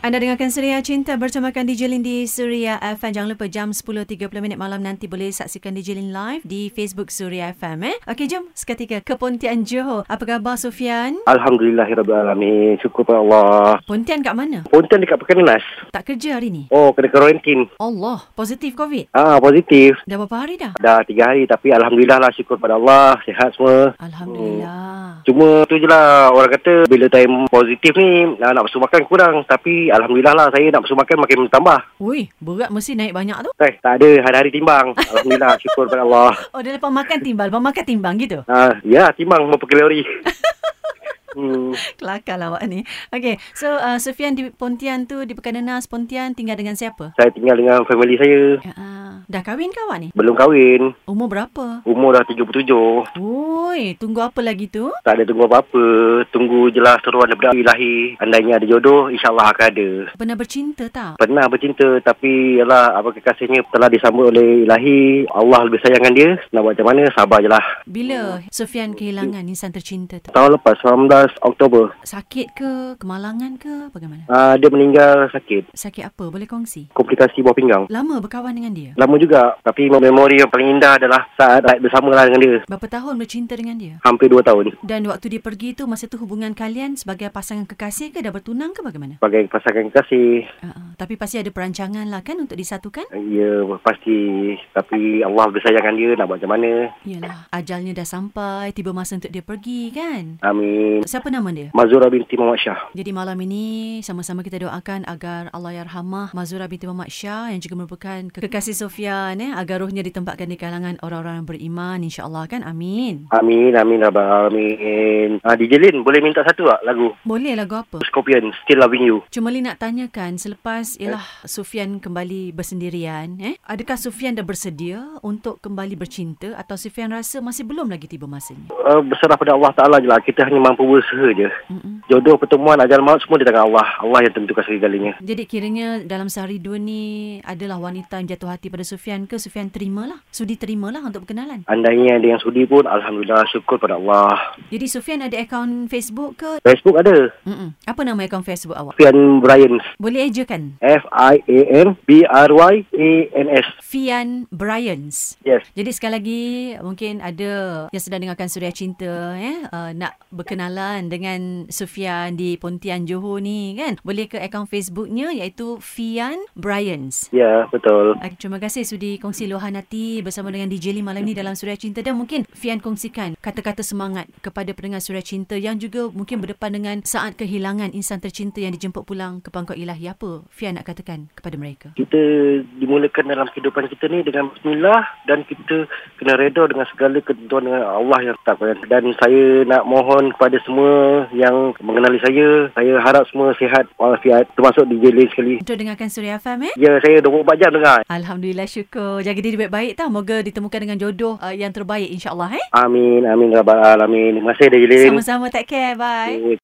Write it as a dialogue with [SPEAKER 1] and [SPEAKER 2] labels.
[SPEAKER 1] Anda dengarkan Suria Cinta bertemakan DJ Lin di Suria FM. Jangan lupa jam 10.30 minit malam nanti boleh saksikan DJ Lin live di Facebook Suria FM. Eh? Okey, jom seketika ke Pontian Johor. Apa khabar Sofian?
[SPEAKER 2] Alhamdulillahirrahmanirrahim. ya Syukur kepada Allah.
[SPEAKER 1] Pontian kat mana?
[SPEAKER 2] Pontian dekat Pekenas.
[SPEAKER 1] Tak kerja hari ni?
[SPEAKER 2] Oh, kena karantin.
[SPEAKER 1] Allah, positif COVID?
[SPEAKER 2] Ah, positif.
[SPEAKER 1] Dah berapa hari dah?
[SPEAKER 2] Dah tiga hari tapi Alhamdulillah lah syukur pada Allah. Sihat semua.
[SPEAKER 1] Alhamdulillah.
[SPEAKER 2] Cuma tu je lah orang kata bila time positif ni ah, nak bersu makan kurang. Tapi Alhamdulillah lah saya nak bersu makan makin bertambah.
[SPEAKER 1] Wui, berat mesti naik banyak tu.
[SPEAKER 2] Eh, tak ada hari-hari timbang. Alhamdulillah syukur pada Allah.
[SPEAKER 1] Oh, dia lepas makan timbang, lepas makan timbang gitu?
[SPEAKER 2] Ah, ya, timbang berapa kalori. Hmm.
[SPEAKER 1] Kelakarlah lah awak ni. Okey, so uh, Sofian di Pontian tu, di Pekanenas Pontian tinggal dengan siapa?
[SPEAKER 2] Saya tinggal dengan family saya.
[SPEAKER 1] Uh, dah kahwin ke awak ni?
[SPEAKER 2] Belum kahwin.
[SPEAKER 1] Umur berapa?
[SPEAKER 2] Umur dah 77.
[SPEAKER 1] Oi, tunggu apa lagi tu?
[SPEAKER 2] Tak ada tunggu apa-apa. Tunggu je lah seruan daripada ilahi. Andainya ada jodoh, insyaAllah akan ada.
[SPEAKER 1] Pernah bercinta tak?
[SPEAKER 2] Pernah bercinta tapi yalah apa kekasihnya telah disambut oleh ilahi. Allah lebih sayangkan dia. Nak buat macam mana, sabar je lah.
[SPEAKER 1] Bila Sofian kehilangan insan tercinta tu?
[SPEAKER 2] Tahun lepas, 19 Oktober.
[SPEAKER 1] Sakit ke? Kemalangan ke? Bagaimana?
[SPEAKER 2] Uh, dia meninggal sakit.
[SPEAKER 1] Sakit apa? Boleh kongsi?
[SPEAKER 2] Komplikasi buah pinggang.
[SPEAKER 1] Lama berkawan dengan dia?
[SPEAKER 2] Lama juga. Tapi memori yang paling indah adalah saat ride bersama lah dengan dia.
[SPEAKER 1] Berapa tahun bercinta dengan dia?
[SPEAKER 2] Hampir 2 tahun.
[SPEAKER 1] Dan waktu dia pergi tu, masa tu hubungan kalian sebagai pasangan kekasih ke? Dah bertunang ke bagaimana?
[SPEAKER 2] Sebagai pasangan kekasih,
[SPEAKER 1] Uh, tapi pasti ada perancangan lah kan untuk disatukan?
[SPEAKER 2] ya pasti. Tapi Allah lebih sayangkan dia nak buat macam mana.
[SPEAKER 1] Yalah, ajalnya dah sampai, tiba masa untuk dia pergi kan?
[SPEAKER 2] Amin.
[SPEAKER 1] Siapa nama dia?
[SPEAKER 2] Mazura binti Muhammad Shah.
[SPEAKER 1] Jadi malam ini sama-sama kita doakan agar Allah Yarhamah Mazura binti Muhammad Shah yang juga merupakan ke- kekasih Sofian eh, agar rohnya ditempatkan di kalangan orang-orang yang beriman insya-Allah kan. Amin.
[SPEAKER 2] Amin, amin, Rabbal Alamin. Ah, DJ Lin, boleh minta satu tak lagu?
[SPEAKER 1] Boleh lagu apa?
[SPEAKER 2] Scorpion, Still Loving You.
[SPEAKER 1] Cuma Li nak tanyakan selepas ialah Sofian kembali bersendirian eh adakah Sofian dah bersedia untuk kembali bercinta atau Sofian rasa masih belum lagi tiba masanya?
[SPEAKER 2] Uh, berserah pada Allah Ta'ala je lah. Kita hanya mampu berusaha je.
[SPEAKER 1] Mm-mm.
[SPEAKER 2] Jodoh, pertemuan, ajal maut semua di tangan Allah. Allah yang tentukan segala-galanya.
[SPEAKER 1] Jadi kiranya dalam sehari dua ni adalah wanita yang jatuh hati pada Sufian ke Sufian terimalah. Sudi terimalah untuk berkenalan.
[SPEAKER 2] Andainya ada yang sudi pun, Alhamdulillah, syukur pada Allah.
[SPEAKER 1] Jadi Sufian ada akaun Facebook ke?
[SPEAKER 2] Facebook ada.
[SPEAKER 1] Mm-mm. Apa nama akaun Facebook awak?
[SPEAKER 2] Fian Bryans.
[SPEAKER 1] Boleh ejakan.
[SPEAKER 2] F-I-A-N-B-R-Y-A-N-S.
[SPEAKER 1] Fian Bryans.
[SPEAKER 2] Yes.
[SPEAKER 1] Jadi sekali lagi mungkin ada yang sedang dengarkan Suria Cinta eh uh, nak berkenalan dengan Sufian di Pontian Johor ni kan. Boleh ke akaun Facebooknya iaitu Fian Bryans.
[SPEAKER 2] Ya, betul.
[SPEAKER 1] Ah, Terima kasih sudi kongsi luahan hati bersama dengan DJ Lee malam ini dalam Suria Cinta dan mungkin Fian kongsikan kata-kata semangat kepada pendengar Suria Cinta yang juga mungkin berdepan dengan saat kehilangan insan tercinta yang dijemput pulang ke pangkuan ilahi. Apa Fian nak katakan kepada mereka?
[SPEAKER 2] kita dimulakan dalam kehidupan kita ni dengan bismillah dan kita kena reda dengan segala ketentuan dengan Allah yang tetapkan dan saya nak mohon kepada semua yang mengenali saya saya harap semua sihat walafiat termasuk DJ Lin sekali
[SPEAKER 1] Untuk dengarkan Suria FM eh?
[SPEAKER 2] ya saya 24 jam dengar
[SPEAKER 1] Alhamdulillah syukur. Jaga diri baik-baik tau. Moga ditemukan dengan jodoh uh, yang terbaik insyaAllah eh.
[SPEAKER 2] amin amin rabbal alamin terima kasih DJ Lin
[SPEAKER 1] Sama-sama tak care. Bye.
[SPEAKER 2] Okay.